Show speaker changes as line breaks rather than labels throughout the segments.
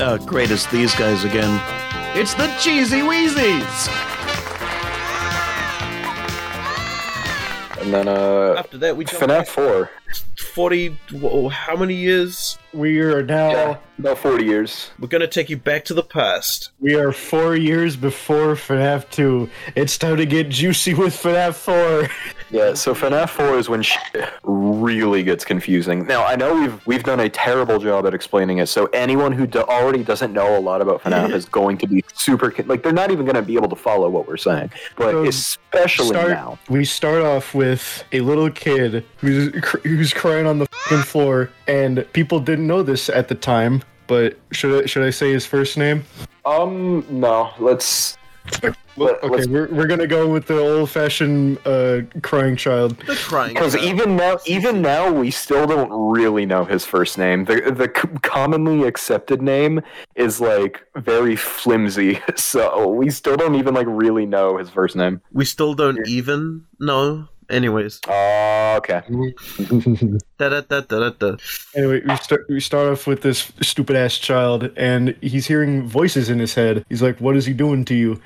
Oh, great, it's these guys again. It's the Cheesy Wheezies!
And then uh,
After that, we jumped
FNAF 4.
forty. whoa, how many years?
We are now
Yeah, about 40 years.
We're gonna take you back to the past.
we are four years before FNAF two. It's time to get juicy with FNAF four.
Yeah, so FNAF 4 is when shit really gets confusing. Now, I know we've we've done a terrible job at explaining it, so anyone who do- already doesn't know a lot about FNAF is going to be super con- like they're not even going to be able to follow what we're saying. But
Um,
especially
start-
now,
We start off with a little kid who's cr- who's crying on the fing floor, and people didn't know this at the time. But should I, should I say his first name?
um, no, let's let,
Okay,
us
we're, we're gonna go with the old fashioned uh, crying child.
The crying.
because
child.
even now, even now, we still don't really know his first name. The the c- commonly accepted name is like very flimsy, so we still don't even like really know his first name.
We still don't even know. Anyways,
Oh, okay.
da da da da da.
Anyway, we start we start off with this stupid ass child, and he's hearing voices in his head. He's like, "What is he doing to you?"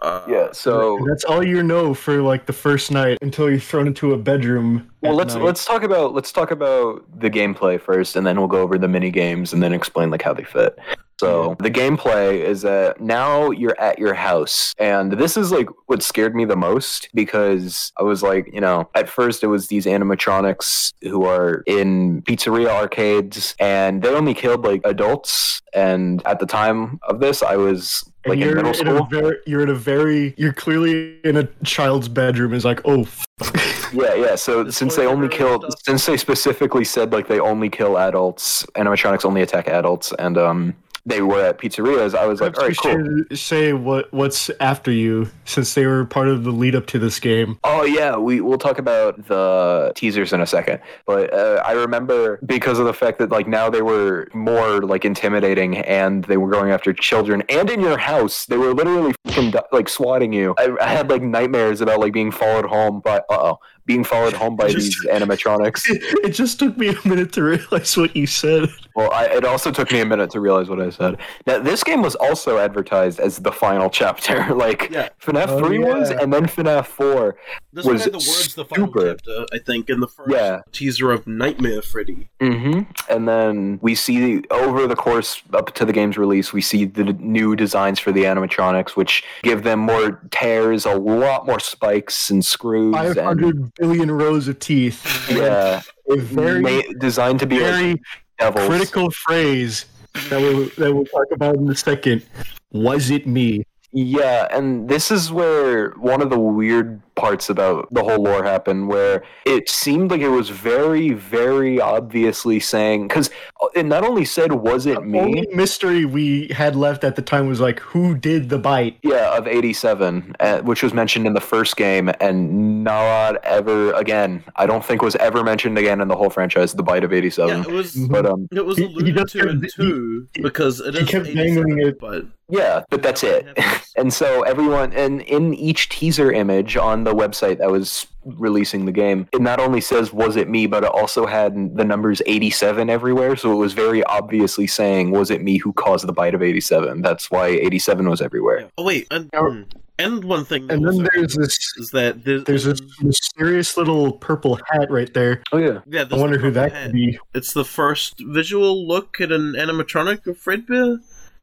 Uh,
Yeah. So
And that's all you know for like the first night until you're thrown into a bedroom.
well,
at
let's
night.
let's talk about let's talk about the gameplay first, and then we'll go over the mini games, and then explain like how they fit. So the gameplay is that now you're at your house, and this is like what scared me the most because I was like, you know, at first it was these animatronics who are in pizzeria arcades, and they only killed like adults. And at the time of this, I was
And
like in
you're
middle
a
school.
very, you're in a very, you're clearly in a child's bedroom. Is like, oh, f-
Yeah, yeah. So
Just
since they
spoiler
only
alert
killed,
stuff.
since they specifically said like they only kill adults, animatronics only attack adults, and um, they were at pizzerias. I was like,
perhaps
all
we
right, cool.
should say what what's after you, since they were part of the lead up to this game.
Oh yeah, we we'll talk about the teasers in a second. But uh, I remember because of the fact that like now they were more like intimidating and they were going after children and in your house they were literally fucking, like swatting you. I, I had like nightmares about like being followed home by uh oh being followed home by
Just-
these animatronics.
It just took me a minute to realize what you said.
Well, I, it also took me a minute to realize what I said. Now, this game was also advertised as the final chapter, like
Yeah.
FNAF
Oh,
3 was,
yeah.
and then FNAF 4.
This one
was
had the words the final
stupid.
chapter, I think, in the first
Yeah.
teaser of Nightmare Freddy.
hmm
Mm-hmm.
And then we see over the course up to the game's release, we see the d- new designs for the animatronics, which give them more tears, a lot more spikes and screws,
Five
and
hundred billion rows of teeth.
yeah,
A very,
ma- designed to be
very
like devils.
critical phrase that we'll, that we'll talk about in a second. Was it me?
Yeah, and this is where one of the weird parts about the whole lore happened, where it seemed like it was very, very obviously saying because it not only said was it
The only
me,
mystery we had left at the time was like, who did the bite?
yeah, of '87, uh, which was mentioned in the first game, and not ever again. I don't think was ever mentioned again in the whole franchise. The bite of
Yeah,
'87,
it was.
but um,
It was
He- he
alluded
just
to in
kept-
two because it
he
is
kept
87,
dangling it.
But
yeah, but that's it. And so everyone, and in each teaser image on the website that was releasing the game, it not only says "Was it me," but it also had the numbers 87 everywhere. So it was very obviously saying "Was it me who caused the bite of 87?" That's why 87 was everywhere.
Oh wait, and,
Now-
and one thing.
And then
also
there's this
is that there's,
there's this mysterious little purple hat right there.
Oh yeah,
Yeah,
I
there's
wonder
the
who that
hat.
could be.
It's the first visual look at an animatronic of Fredbear.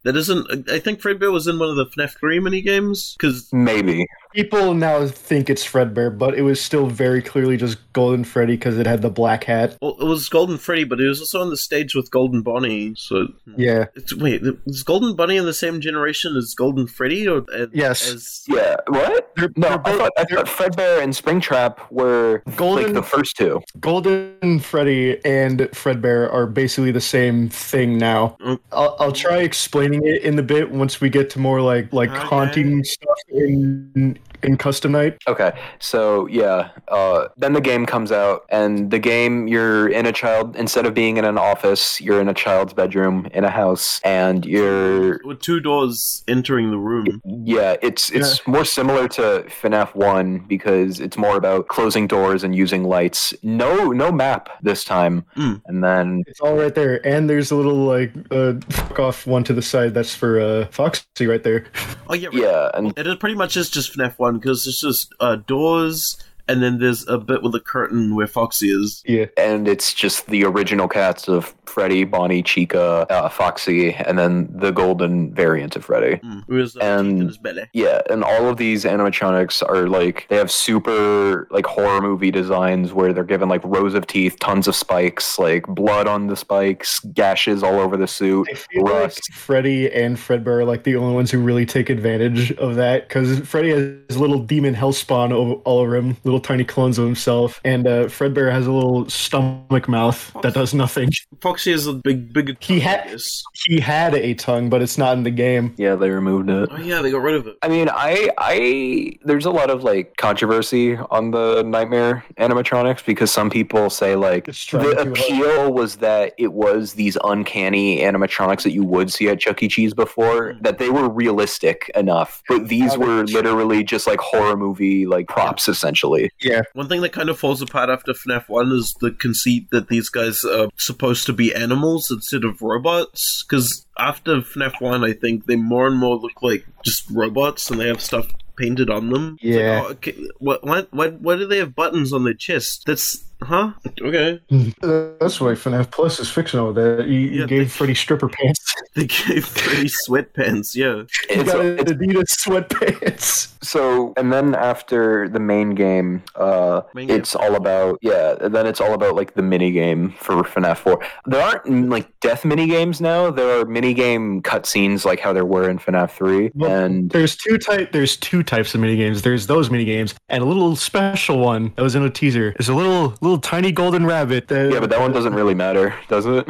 That isn't. I I think Fredbear was in one of the FNAF 3 minigames because
maybe.
People now think it's Fredbear, but it was still very clearly just Golden Freddy because it had the black hat.
well, it was Golden Freddy, but he was also on the stage with Golden Bonnie. So
Yeah.
It's, wait, is Golden Bunny in the same generation as Golden Freddy? Or uh,
Yes.
as-
Yeah. What?
They're-
No,
they're
I
both-
thought, I thought
they're-
Fredbear and Springtrap were like
Golden-
the first two.
Golden Freddy and Fredbear are basically the same thing now.
Mm.
I'll, I'll try explaining it in the bit once we get to more like like
Okay.
haunting stuff in in Custom Night.
Okay, so yeah, uh, then the game comes out, and the game you're in a child instead of being in an office, you're in a child's bedroom in a house, and you're
With two doors entering the room.
yeah, it's it's more similar to FNAF one because it's more about closing doors and using lights. No, no map this time,
Mm.
and then
It's all right there, and there's a little like uh, fuck off one to the side. That's for uh, Foxy right there.
Oh yeah, right.
yeah, and
It is pretty much is just FNAF one because it's just uh, doors, and then there's a bit with a curtain where Foxy is.
Yeah,
and it's just the original cats of Freddy, Bonnie, Chica, uh, Foxy, and then the golden variant of Freddy.
Mm. Where's uh,
And-
Keith in his belly.
Yeah, and all of these animatronics are like they have super like horror movie designs where they're given like rows of teeth, tons of spikes, like blood on the spikes, gashes all over the suit.
I feel like
Rust.
Freddy and Fredbear are like the only ones who really take advantage of that because Freddy has little demon hellspawn o- all over him, little tiny clones of himself, and uh, Fredbear has a little stomach mouth that does nothing.
Foxy is a big, big.
He ha-
Yes.
He had a tongue, but it's not in the game.
Yeah, they removed it.
Oh yeah, they got rid of it.
I mean, I I there's a lot of like controversy on the nightmare animatronics because some people say like
It's trying
the
uh, too hard.
appeal was that it was these uncanny animatronics that you would see at Chuck E. Cheese before that they were realistic enough, but these were literally just like horror movie like props essentially.
One thing that kind of falls apart after FNAF 1 is the conceit that these guys are supposed to be animals instead of robots. Because after FNAF 1, I think they more and more look like just robots and they have stuff painted on them. It's like,
Yeah.
oh, okay, what, what, what, why do they have buttons on their chest? That's. Huh? Okay.
That's why FNAF Plus is fixing all that. You,
Yeah,
gave
they-
Freddy stripper pants.
They gave Freddy sweatpants, yeah.
he
It's-
got
it's-
Adidas sweatpants.
so and then after the main game uh
Main game.
it's all about yeah and then it's all about like the mini game for FNAF 4 there aren't mm, like death mini games now there are mini game cutscenes like how there were in FNAF 3
Well,
and
There's two type. There's two types of minigames. There's those minigames, and a little special one that was in a teaser. It's a little little tiny golden rabbit. That,
yeah but that one doesn't really matter does it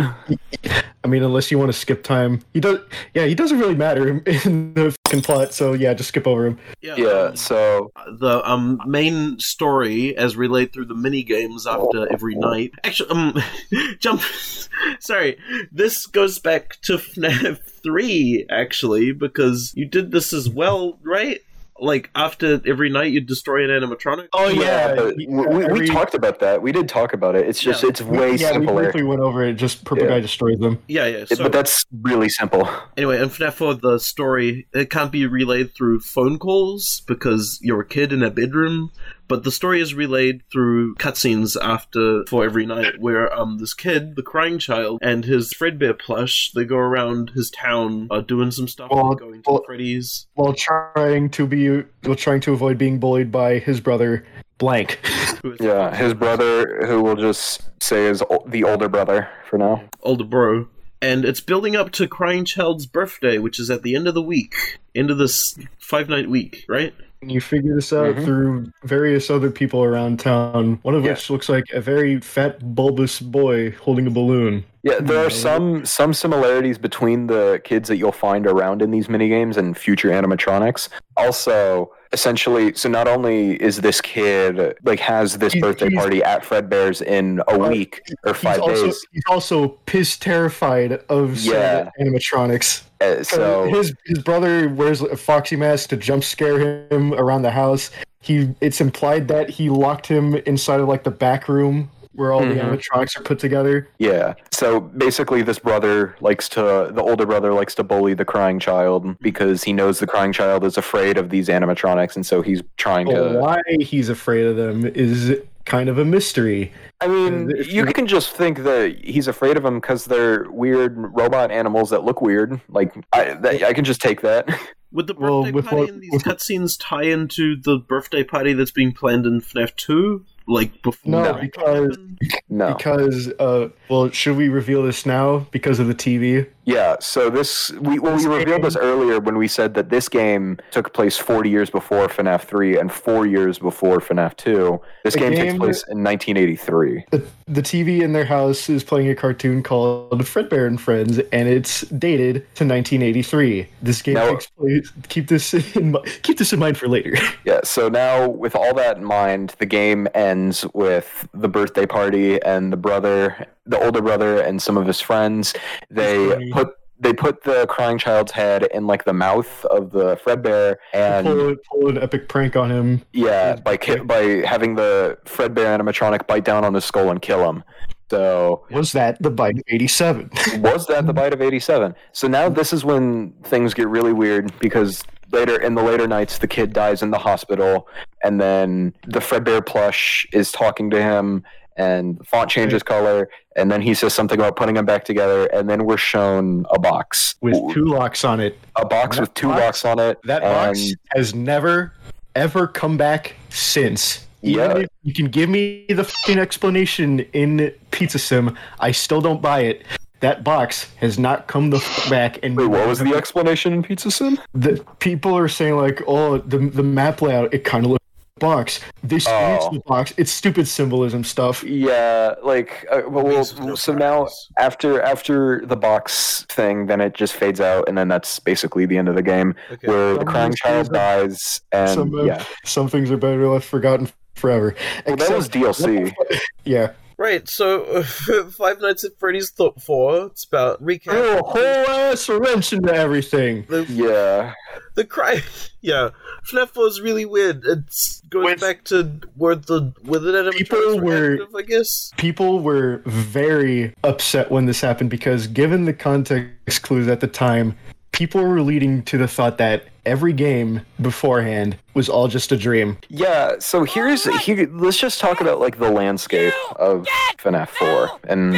I mean, unless you want to skip time, he does. Yeah, he doesn't really matter in the fucking plot. So yeah, just skip over him.
Yeah. um,
yeah so
the um, main story as relayed through the mini games after every night. Actually, um, jump. Sorry, this goes back to FNAF three actually because you did this as well, right? Like after every night, you destroy an animatronic.
Oh yeah,
but uh, we, we, we talked about that we did talk about it it's just
Yeah.
it's way
yeah, we
simpler
briefly went over it. Just purple
Yeah.
guy destroys them.
Yeah, yeah.
It-
So
but that's really simple
anyway, in FNAF 4, the story it can't be relayed through phone calls because you're a kid in a bedroom. But the story is relayed through cutscenes after for every night, where um this kid, the crying child, and his Fredbear plush, they go around his town, uh, doing some stuff,
Well,
like going to
well-
Freddy's.
While trying to be, while trying to avoid being bullied by his brother blank.
Who is
yeah his brother who we'll just say is o- the older brother for now
older bro. And it's building up to Crying Child's birthday, which is at the end of the week, end of this five night week, right?
And you figure this out
Mhm.
through various other people around town, one of
Yeah.
which looks like a very fat, bulbous boy holding a balloon.
Yeah, there
No.
are some some similarities between the kids that you'll find around in these minigames and future animatronics. Also, essentially, so not only is this kid like has this
He's-
birthday
he's-
party at Fredbear's in a
Uh,
week or
He's
five
also,
days,
he's also piss terrified of
Yeah.
yeah. animatronics.
uh, so
his his brother wears a foxy mask to jump scare him around the house. He it's implied that he locked him inside of like the back room where all the
Mhm.
animatronics are put together.
yeah, so basically, this brother likes to the older brother likes to bully the crying child because he knows the crying child is afraid of these animatronics, and so he's trying to.
Why he's afraid of them is kind of a mystery.
I mean,
it's
you
not-
can just think that he's afraid of them because they're weird robot animals that look weird. Like, I, that, I can just take that.
Would the
Well,
birthday
with
party
what-
and these
with-
cutscenes tie into the birthday party that's being planned in FNAF 2? Like, before
No,
Ragnar
because-
happened?
No.
Because uh well, should we reveal this now because of the TV?
Yeah, so this we well, we revealed this earlier when we said that this game took place 40 years before FNAF 3 and 4 years before FNAF 2. This
The
game, takes
game-
place in 1983.
The, the TV in their house is playing a cartoon called Fredbear and Friends, and it's dated to 1983. This game
Now-
takes place. Keep this in mi- keep this in mind for later.
Yeah, so now with all that in mind, the game ends with the birthday party and the brother, the older brother and some of his friends, they
funny.
put they put the crying child's head in like the mouth of the Fredbear and
pull, pull an epic prank on him.
Yeah,
Yeah,
by ki- by having the Fredbear animatronic bite down on his skull and kill him. So
Was that the bite of 87?
was that the bite of '87? So now this is when things get really weird because later in the later nights, the kid dies in the hospital, and then the Fredbear plush is talking to him, and the font changes color, and then he says something about putting him back together, and then we're shown a box
With two locks on it.
a box
that
with two
box-
locks on it.
That box
and-
has never, ever come back since. Even
Yeah.
if you can give me the fucking explanation in Pizza Sim. I still don't buy it. That box has not come the f- back. And
Wait, what was the explanation in Pizza Sim?
the people are saying like, oh, the the map layout it kind of looks like a box. This is
Oh.
the box. It's stupid symbolism stuff.
Yeah, like uh, well, well,
Leaves with no
so now
progress.
after after the box thing, then it just fades out, and then that's basically the end of the game,
Okay.
where the
Some
crying
things
child
are-
dies, and
some uh,
yeah,
some things are better left forgotten forever.
well, that
Except-
was DLC.
yeah.
Right, so Five Nights at Freddy's Thought 4, it's about recap.
Threw a whole ass wrench into everything.
The,
Yeah,
the cry, yeah, FNAF 4 is really weird. It goes
When-
back to where the where the animatronics
People were-
active, I guess.
people were very upset when this happened because given the context clues at the time people were leading to the thought that every game beforehand was all just a dream
yeah. So here's here. Let's just talk about like the landscape of FNAF 4 and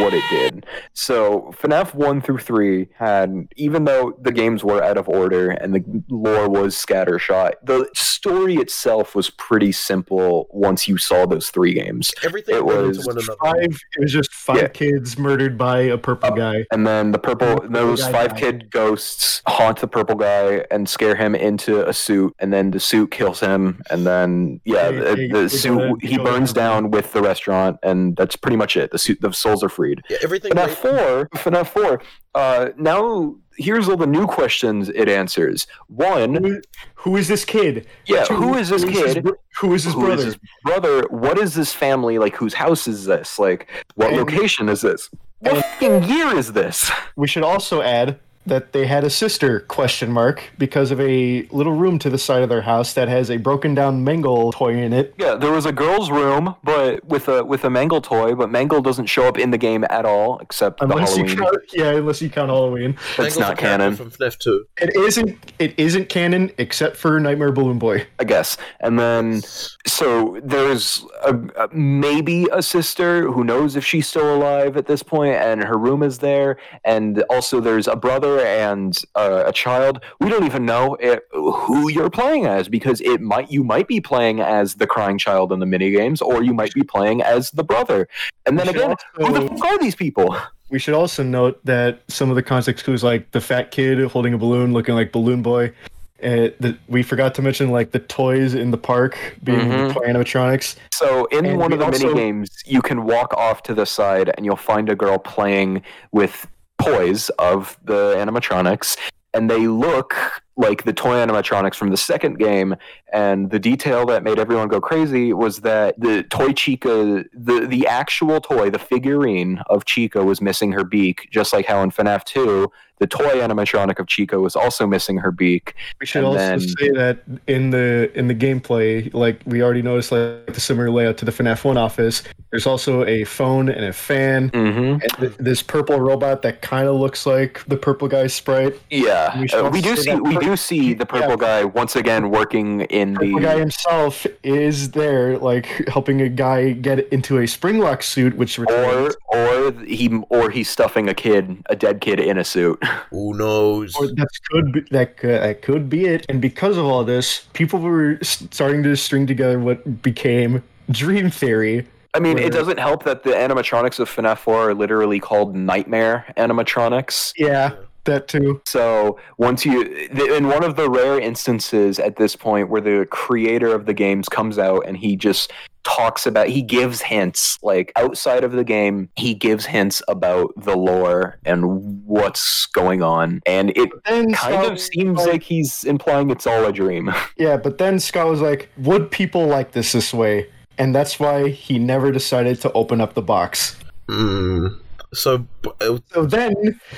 what it did. So FNAF 1 through 3 had, even though the games were out of order and the lore was scattershot, the story itself was pretty simple once you saw those three games.
Everything
It
went
was
into one another.
five it was just five
Yeah. Uh,
kids murdered by a purple guy
And then the purple,
The purple
those
guy
five
died.
kid ghosts haunt the purple guy and scare him into a suit, and then the suit kills him, and then yeah,
They-
the,
they-
the
they
suit
gotta
he
go
burns
down.
down with the restaurant, and that's pretty much it. The suit, the souls are freed.
Yeah, everything
FNAF
went
four, FNAF four. Uh, now here's all the new questions it answers. One,
Who- who is this kid
yeah,
Two,
who is this
who his
kid?
bro- who is his
Who
brother
is his brother? What is this family like? Whose house is this? Like, what
And-
location is this? What fucking year is this?
we should also add that they had a sister question mark because of a little room to the side of their house that has a broken down mangle toy in it
Yeah, there was a girl's room, but with a with a Mangle toy, but Mangle doesn't show up in the game at all except the
unless you
Halloween.
count yeah unless you count halloween
Mangle's
That's
a
not
character
canon,
From FNAF 2.
It isn't. It isn't canon except for Nightmare Balloon Boy.
I guess. And then so there's a, a- maybe a sister who knows if she's still alive at this point, and her room is there. And also there's a brother and uh, a child. We don't even know it, who you're playing as because it might you might be playing as the crying child in the minigames, or you might be playing as the brother. And then
We should
again, who the
also-
fuck are these people?
we should also note that some of the context clues, like the fat kid holding a balloon, looking like Balloon Boy. Uh, the, we forgot to mention like the toys in the park being
Mhm.
toy animatronics.
So in
And
one
we
of the
also-
mini games, you can walk off to the side and you'll find a girl playing with toys of the animatronics, and they look like the toy animatronics from the second game. And the detail that made everyone go crazy was that the toy Chica, the the actual toy, the figurine of Chica, was missing her beak, just like how in FNAF 2, the toy animatronic of Chica was also missing her beak.
We should
And
also
then-
say that in the in the gameplay, like we already noticed, like the similar layout to the FNAF One office. There's also a phone and a fan.
Mm-hmm.
And th- this purple robot that kind of looks like the purple guy sprite.
Yeah,
We should
uh, we
also
do
say
see
that
we
pur-
do see the purple
Yeah.
guy once again working in
the guy
the.
himself is there, like helping a guy get into a spring lock suit, which
Or
returns.
or he or he's stuffing a kid, a dead kid, in a suit.
Who knows?
Or that could be, that could, that could be it. And because of all this, people were s- starting to string together what became dream theory,
I mean,
Where-
it doesn't help that the animatronics of FNAF 4 are literally called nightmare animatronics.
Yeah, that too.
So once you, th- in one of the rare instances at this point where the creator of the games comes out and he just talks about, he gives hints like outside of the game, he gives hints about the lore and what's going on, and it
And
kind
Scott-
of seems like he's implying it's all a dream.
yeah, but then Scott was like, "Would people like this this way?" And that's why he never decided to open up the box.
Mm. So b- uh,
So then,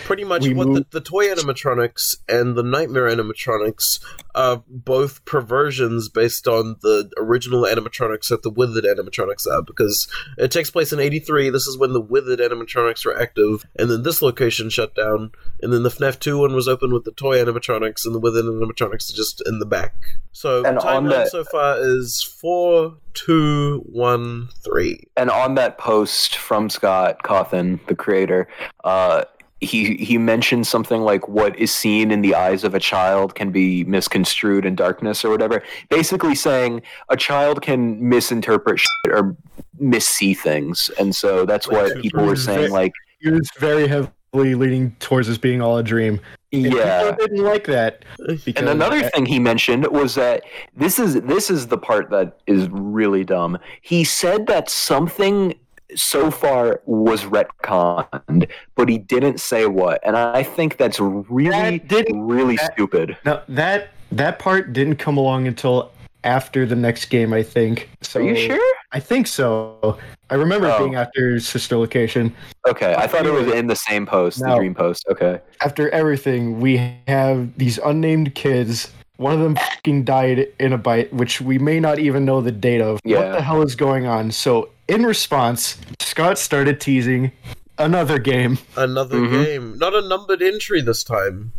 pretty much,
We
what the,
move-
the toy animatronics and the nightmare animatronics are both perversions based on the original animatronics that the withered animatronics are, because it takes place in '83. This is when the withered animatronics were active, and then this location shut down, and then the FNAF 2 one was open with the toy animatronics, and the withered animatronics are just in the back. So
And on
timeline
that-
so far is four, two, one, three.
and on that post from Scott Cawthon, the creator, uh, he he mentioned something like what is seen in the eyes of a child can be misconstrued in darkness or whatever. Basically, saying a child can misinterpret shit or missee things, and so that's why people were saying like,
he was very heavily leaning towards this being all a dream. And
yeah.
people didn't like that. Because,
And another thing he mentioned was that this is this is the part that is really dumb. He said that something so far was retconned, but he didn't say what. And I think that's really
That didn't-
really
that-
stupid.
Now that that part didn't come along until after the next game, I think. So
Are you sure?
I think so. I remember it
Oh.
being after Sister Location.
Okay, I thought it was in the same post, the
No.
dream post. Okay.
After everything, we have these unnamed kids. One of them fucking died in a bite, which we may not even know the date of. What
Yeah.
the hell is going on? So in response, Scott started teasing another game.
Another
Mm-hmm.
Mhm.
game. Not a numbered entry this time.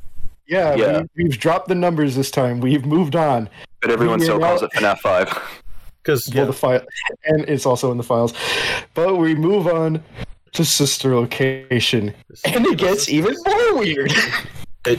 Yeah,
Yeah.
We, we've dropped the numbers this time. We've moved on.
But everyone still
Yeah.
calls it FNAF five.
Because
Well, the file, and it's also in the files. But we move on to sister location, and it gets even more weird.
It,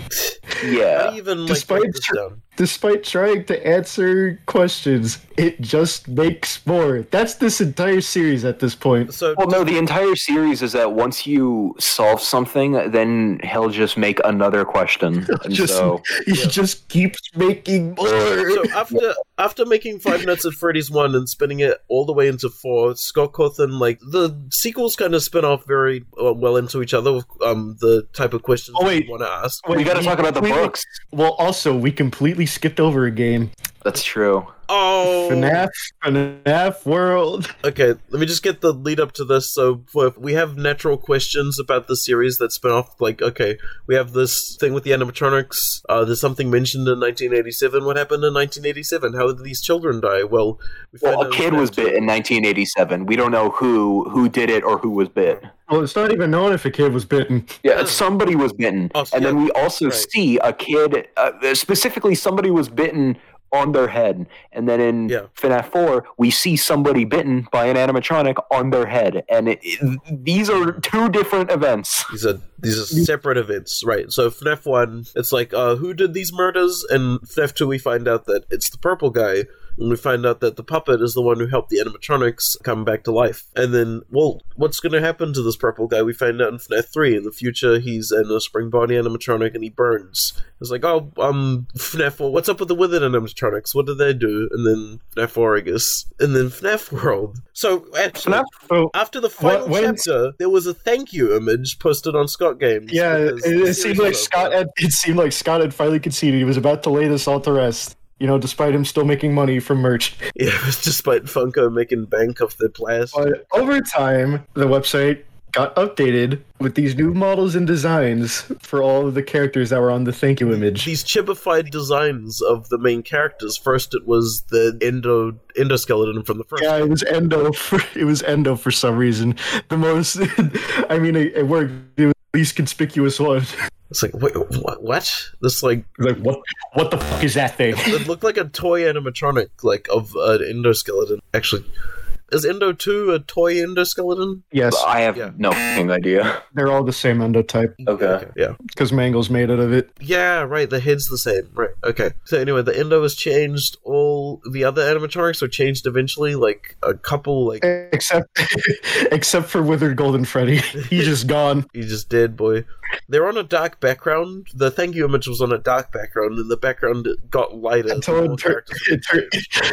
not
yeah.
even like
Despite
break this
tr-
down.
Despite trying to answer questions, it just makes more. That's this entire series at this point.
So
Well, no, the entire series is that once you solve something, then he'll just make another question. And
Just-
so,
He
Yeah.
just keeps making more.
so after after making five minutes at Freddy's one and spinning it all the way into four, Scott Cawthon like the sequels kind of spin off very uh, well into each other. With, um, the type of questions
Oh,
we
wait.
want to ask.
we got to
he
talk about the
completely-
books.
Well, also we completely skipped over a game,
That's true.
Oh,
FNAF, FNAF World.
Okay, let me just get the lead up to this. So for- we have natural questions about the series that spin off. Like, okay, we have this thing with the animatronics. Uh, there's something mentioned in 1987. What happened in 1987? How did these children die? Well, we
Well,
found
a
out
kid
that-
was bit in 1987. We don't know who who did it or who was bit.
Well, it's not even known if a kid was bitten.
Yeah, somebody was bitten,
Oh, so
and then
yeah,
we also
right.
see a kid. Uh, specifically, somebody was bitten on their head, and then in
Yeah.
FNAF 4, we see somebody bitten by an animatronic on their head, and it, it- these are two different events.
These are these are separate events, right? So FNAF one, it's like, uh, who did these murders? And FNAF two, we find out that it's the purple guy, and we find out that the puppet is the one who helped the animatronics come back to life. And then, well, what's going to happen to this purple guy? We find out in FNAF three. In the future, he's in a spring body animatronic, and he burns. It's like, oh, um, FNAF 4, what's up with the withered animatronics? What do they do? And then FNAF 4, I guess. And then FNAF World. So, actually,
FNAF
So
after the final
What- when-
chapter, there was a thank you image posted on Scott Games.
Yeah,
because
it,
the
it
series was
seemed like
over.
Scott had it seemed like Scott had finally conceded. He was about to lay this all to rest. You know, despite him still making money from merch.
Yeah, it was despite Funko making bank off their players.
But over time, the website got updated with these new models and designs for all of the characters that were on the thank you image.
These chibified designs of the main characters. First, it was the endo endoskeleton from the first.
Yeah, it was Endo. For, it was Endo for some reason. The most, I mean, it, it worked. It was the least conspicuous one.
It's like, wait, what? what? This like
like what? What the fuck is that thing?
it looked like a toy animatronic, like of an endoskeleton. Actually, Is Endo 2 a toy endoskeleton?
Yes,
I have
Yeah.
no fucking idea.
they're all the same endotype
Okay.
Yeah.
because Mangle's made out of it.
Yeah, right, the head's the same. Right, okay. So anyway, the Endo has changed. All the other animatronics were changed eventually, like a couple, like,
Eh. Except, except for Withered Golden Freddy, he's just gone.
you just dead, boy. They're on a dark background. The thank you image was on a dark background, and the background got lighter. the
Until
more
it, tur-
characters
it, tur-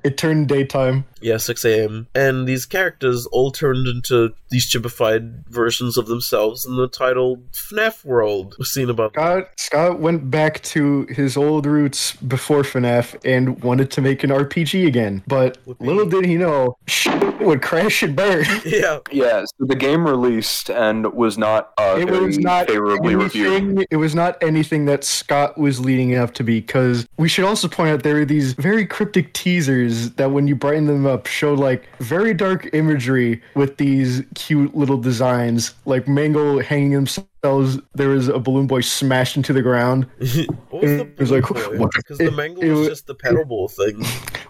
it turned daytime.
Yeah, 6 a.m. And these characters all turned into these chibified versions of themselves in the title FNAF World, seen above.
Scott Scott went back to his old roots before FNAF and wanted to make an RPG again. But
Would be-
little did he know, shit would crash and burn.
Yeah,
Yeah, so the game released and was not uh,
It
very
was not
favorably reviewed.
anything, it was not anything that Scott was leading up to be, because we should also point out there are these very cryptic teasers that, when you brighten them up, show like very dark imagery with these cute little designs, like Mangle hanging themselves. There was a balloon boy smashed into the ground.
What was the
It was like, what the-
Because the
it-
mangle
it
was
was-
just the paddleball thing.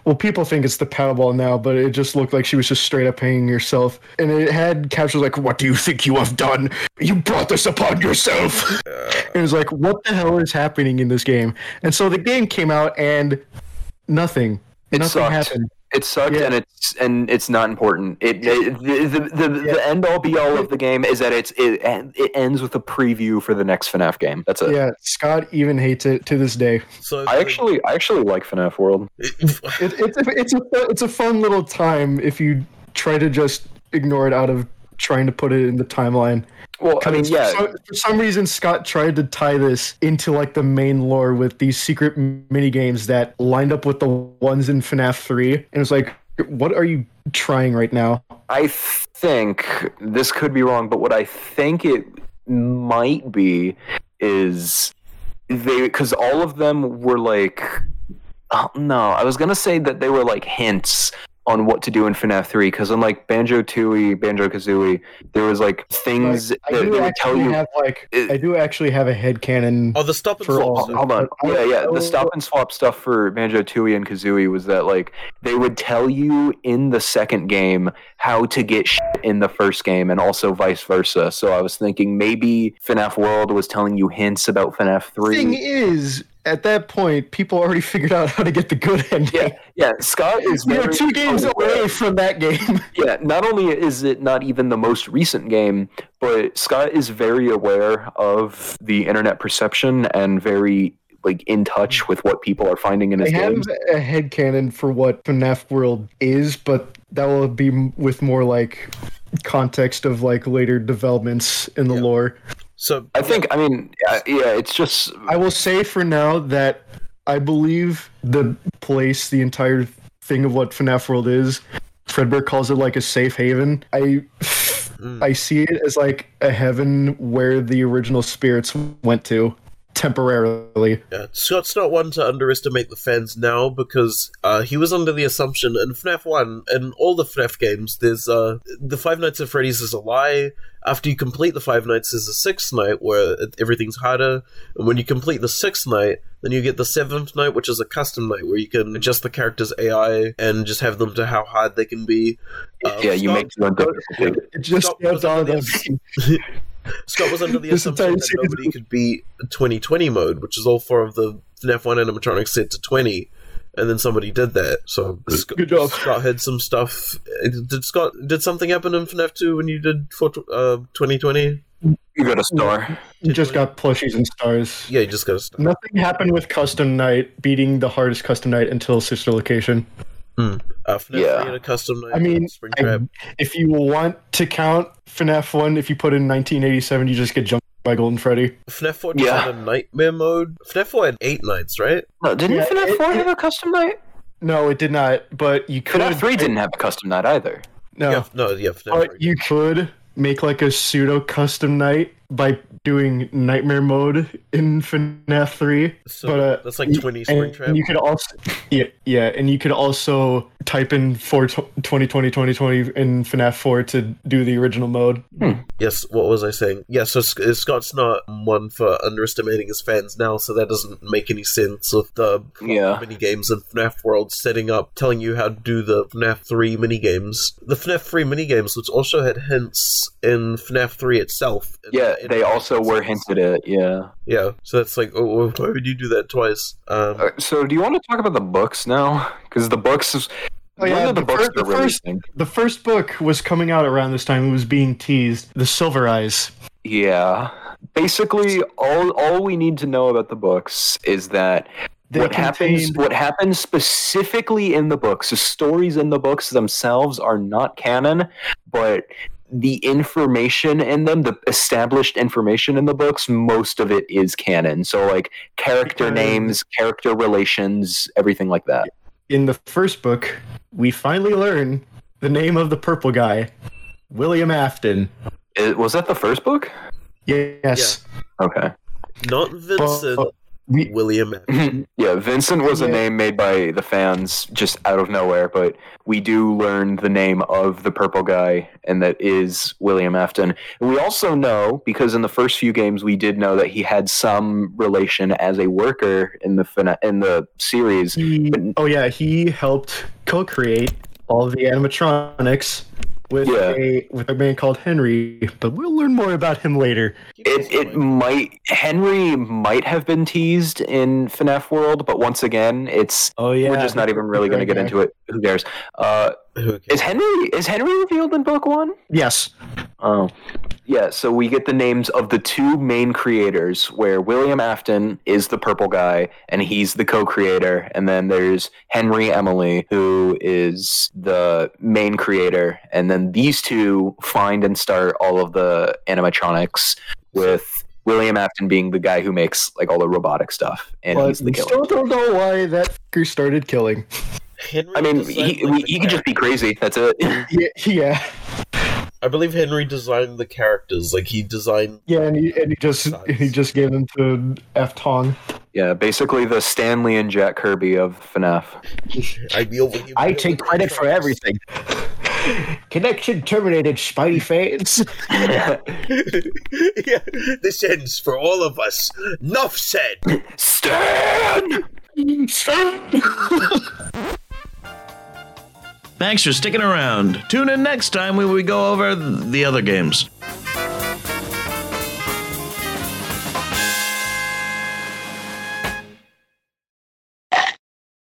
Well, people think it's the paddleball now, but it just looked like she was just straight up hanging herself. And it had captions like, What do you think you have done? You brought this upon yourself. it was like, What the hell is happening in this game? And so the game came out and nothing.
It
nothing
sucked.
happened.
It sucked,
Yeah.
and it's and it's not important. It, it the the, the, the end all be all of the game is that it's it it ends with a preview for the next FNAF game. That's it.
Yeah, Scott even hates it to this day.
So
I actually I actually like FNAF World.
It, it's, a, it's, a, it's a fun little time if you try to just ignore it out of trying to put it in the timeline.
Well, I mean,
Because
yeah,
For some, for some reason, Scott tried to tie this into like the main lore with these secret mini games that lined up with the ones in FNAF 3, and it was like, what are you trying right now?
I think this could be wrong, but what I think it might be is they because all of them were like oh, no, I was gonna say that they were like hints on what to do in FNAF 3 because unlike Banjo Tooie, Banjo Kazooie, there was like things
I
that
do
they would tell
actually
you.
have like,
It-
I do actually have a headcanon.
Oh, the stop and
For
swap.
all-
Hold,
stuff.
hold on.
I-
Yeah, yeah.
I-
The stop and swap stuff for Banjo Tooie and Kazooie was that like they would tell you in the second game how to get shit in the first game, and also vice versa. So I was thinking maybe FNAF World was telling you hints about FNAF
The thing
Three.
is, at that point, people already figured out how to get the good ending.
Yeah, yeah. Scott is
We are
very
two games
aware.
away from that game.
Yeah, not only is it not even the most recent game, but Scott is very aware of the internet perception and very like in touch with what people are finding in his
I
games.
have a headcanon for what FNAF World is, but that will be m- with more like context of like later developments in the
Yeah.
lore.
So
I think I mean yeah, yeah it's just
I will say for now that I believe the place, the entire thing of what FNAF World is, Fredbear calls it like a safe haven. I
mm,
I see it as like a heaven where the original spirits went to temporarily.
yeah, Scott's not one to underestimate the fans now because uh, he was under the assumption in FNAF One and all the FNAF games, there's uh, the Five Nights at Freddy's is a lie. After you complete the Five Nights, there's a sixth night where it- everything's harder, and when you complete the sixth night, then you get the seventh night, which is a custom night where you can adjust the character's AI and just have them to how hard they can be. Uh,
yeah you
Scott-
make your own difficulty.
It just
Stop-
kept on
Yes. Scott was under the
This
assumption
entire
that
series-
nobody could beat 2020 mode, which is all four of the FNAF 1 animatronics set to 20, and then somebody did that. So Sc-
Good job.
Scott had some stuff. Uh, Did Scott? Did something happen in FNAF 2 when you did for, uh, 2020?
You got a star.
You just got plushies and stars.
Yeah, you just got to stop.
Nothing happened with custom night beating the hardest custom night until sister location.
Uh, FNAF
Yeah.
3 had a custom night.
I mean,
and spring trap.
If you want to count FNAF one, if you put in 1987, you just get jumped by Golden Freddy.
FNAF 4 just
Yeah.
had a nightmare mode. FNAF 4 had eight nights, right?
No, didn't
Yeah,
FNAF
it-
four
it-
have a custom night?
No, it did not. But you could.
FNAF three didn't have a custom night either.
No,
Yeah, no, yeah, FNAF 3.
but you could make like a pseudo custom night by doing nightmare mode in FNAF three.
So
but, uh,
that's like
you-
20 spring
And
trap.
you could also, yeah, yeah, and you could also type in 4 tw- 2020 2020 in FNAF 4 to do the original mode.
Yes, what was I saying? Yeah, so Sc- uh, Scott's not one for underestimating his fans now, so that doesn't make any sense of the
Yeah.
mini games in FNAF World setting up, telling you how to do the FNAF 3 minigames. The FNAF 3 minigames, which also had hints in FNAF 3 itself.
Yeah,
In-
they also were hinted at. Yeah.
Yeah, so that's like, oh, oh, why would you do that twice? Um,
Uh, So, do you want to talk about the books now? Because the books, is,
Oh, yeah,
when are the,
the
books
fir- the
are
first-
releasing?
The first book was coming out around this time. It was being teased. The Silver Eyes.
Yeah. Basically, all all we need to know about the books is that
They
what happens
contained-
what happens specifically in the books, the stories in the books themselves are not canon, but the information in them, the established information in the books, most of it is canon. So like character
Because-
names, character relations, everything like that.
in the first book, we finally learn the name of the purple guy, William Afton.
Uh, was that the first book?
Yes.
Okay.
not Vincent,
uh,
But we,
William.
yeah, Vincent was a
Yeah.
name made by the fans just out of nowhere, but we do learn the name of the purple guy, and that is William Afton. And we also know, because in the first few games we did know that he had some relation as a worker in the fina- in the series.
he, oh yeah, he helped co-create all the animatronics with
Yeah.
a with a man called Henry, but we'll learn more about him later.
It it might Henry might have been teased in FNAF World, but once again, it's
Oh yeah.
we're just not even really going to get into it. Who cares? Uh,
Who cares?
is Henry is Henry revealed in book one?
Yes.
Oh. Yeah, so we get the names of the two main creators, where William Afton is the purple guy, and he's the co creator. And then there's Henry Emily, who is the main creator. And then these two find and start all of the animatronics, with William Afton being the guy who makes like all the robotic stuff. And
But
he's the
we
killer.
still don't know why that fucker started killing.
Henry
I mean,
designed,
he,
like,
we,
the
he could just be crazy. That's it.
Yeah, yeah,
I believe Henry designed the characters. Like he designed.
yeah, and he, and he just and he just gave him to F Tong.
yeah, basically the Stanley and Jack Kirby of FNAF.
I deal with.
I take credit for everything. Connection terminated, Spidey fans.
yeah, this ends for all of us. Nuff said.
Stan!
Thanks for sticking around. Tune in next time when we go over the other games.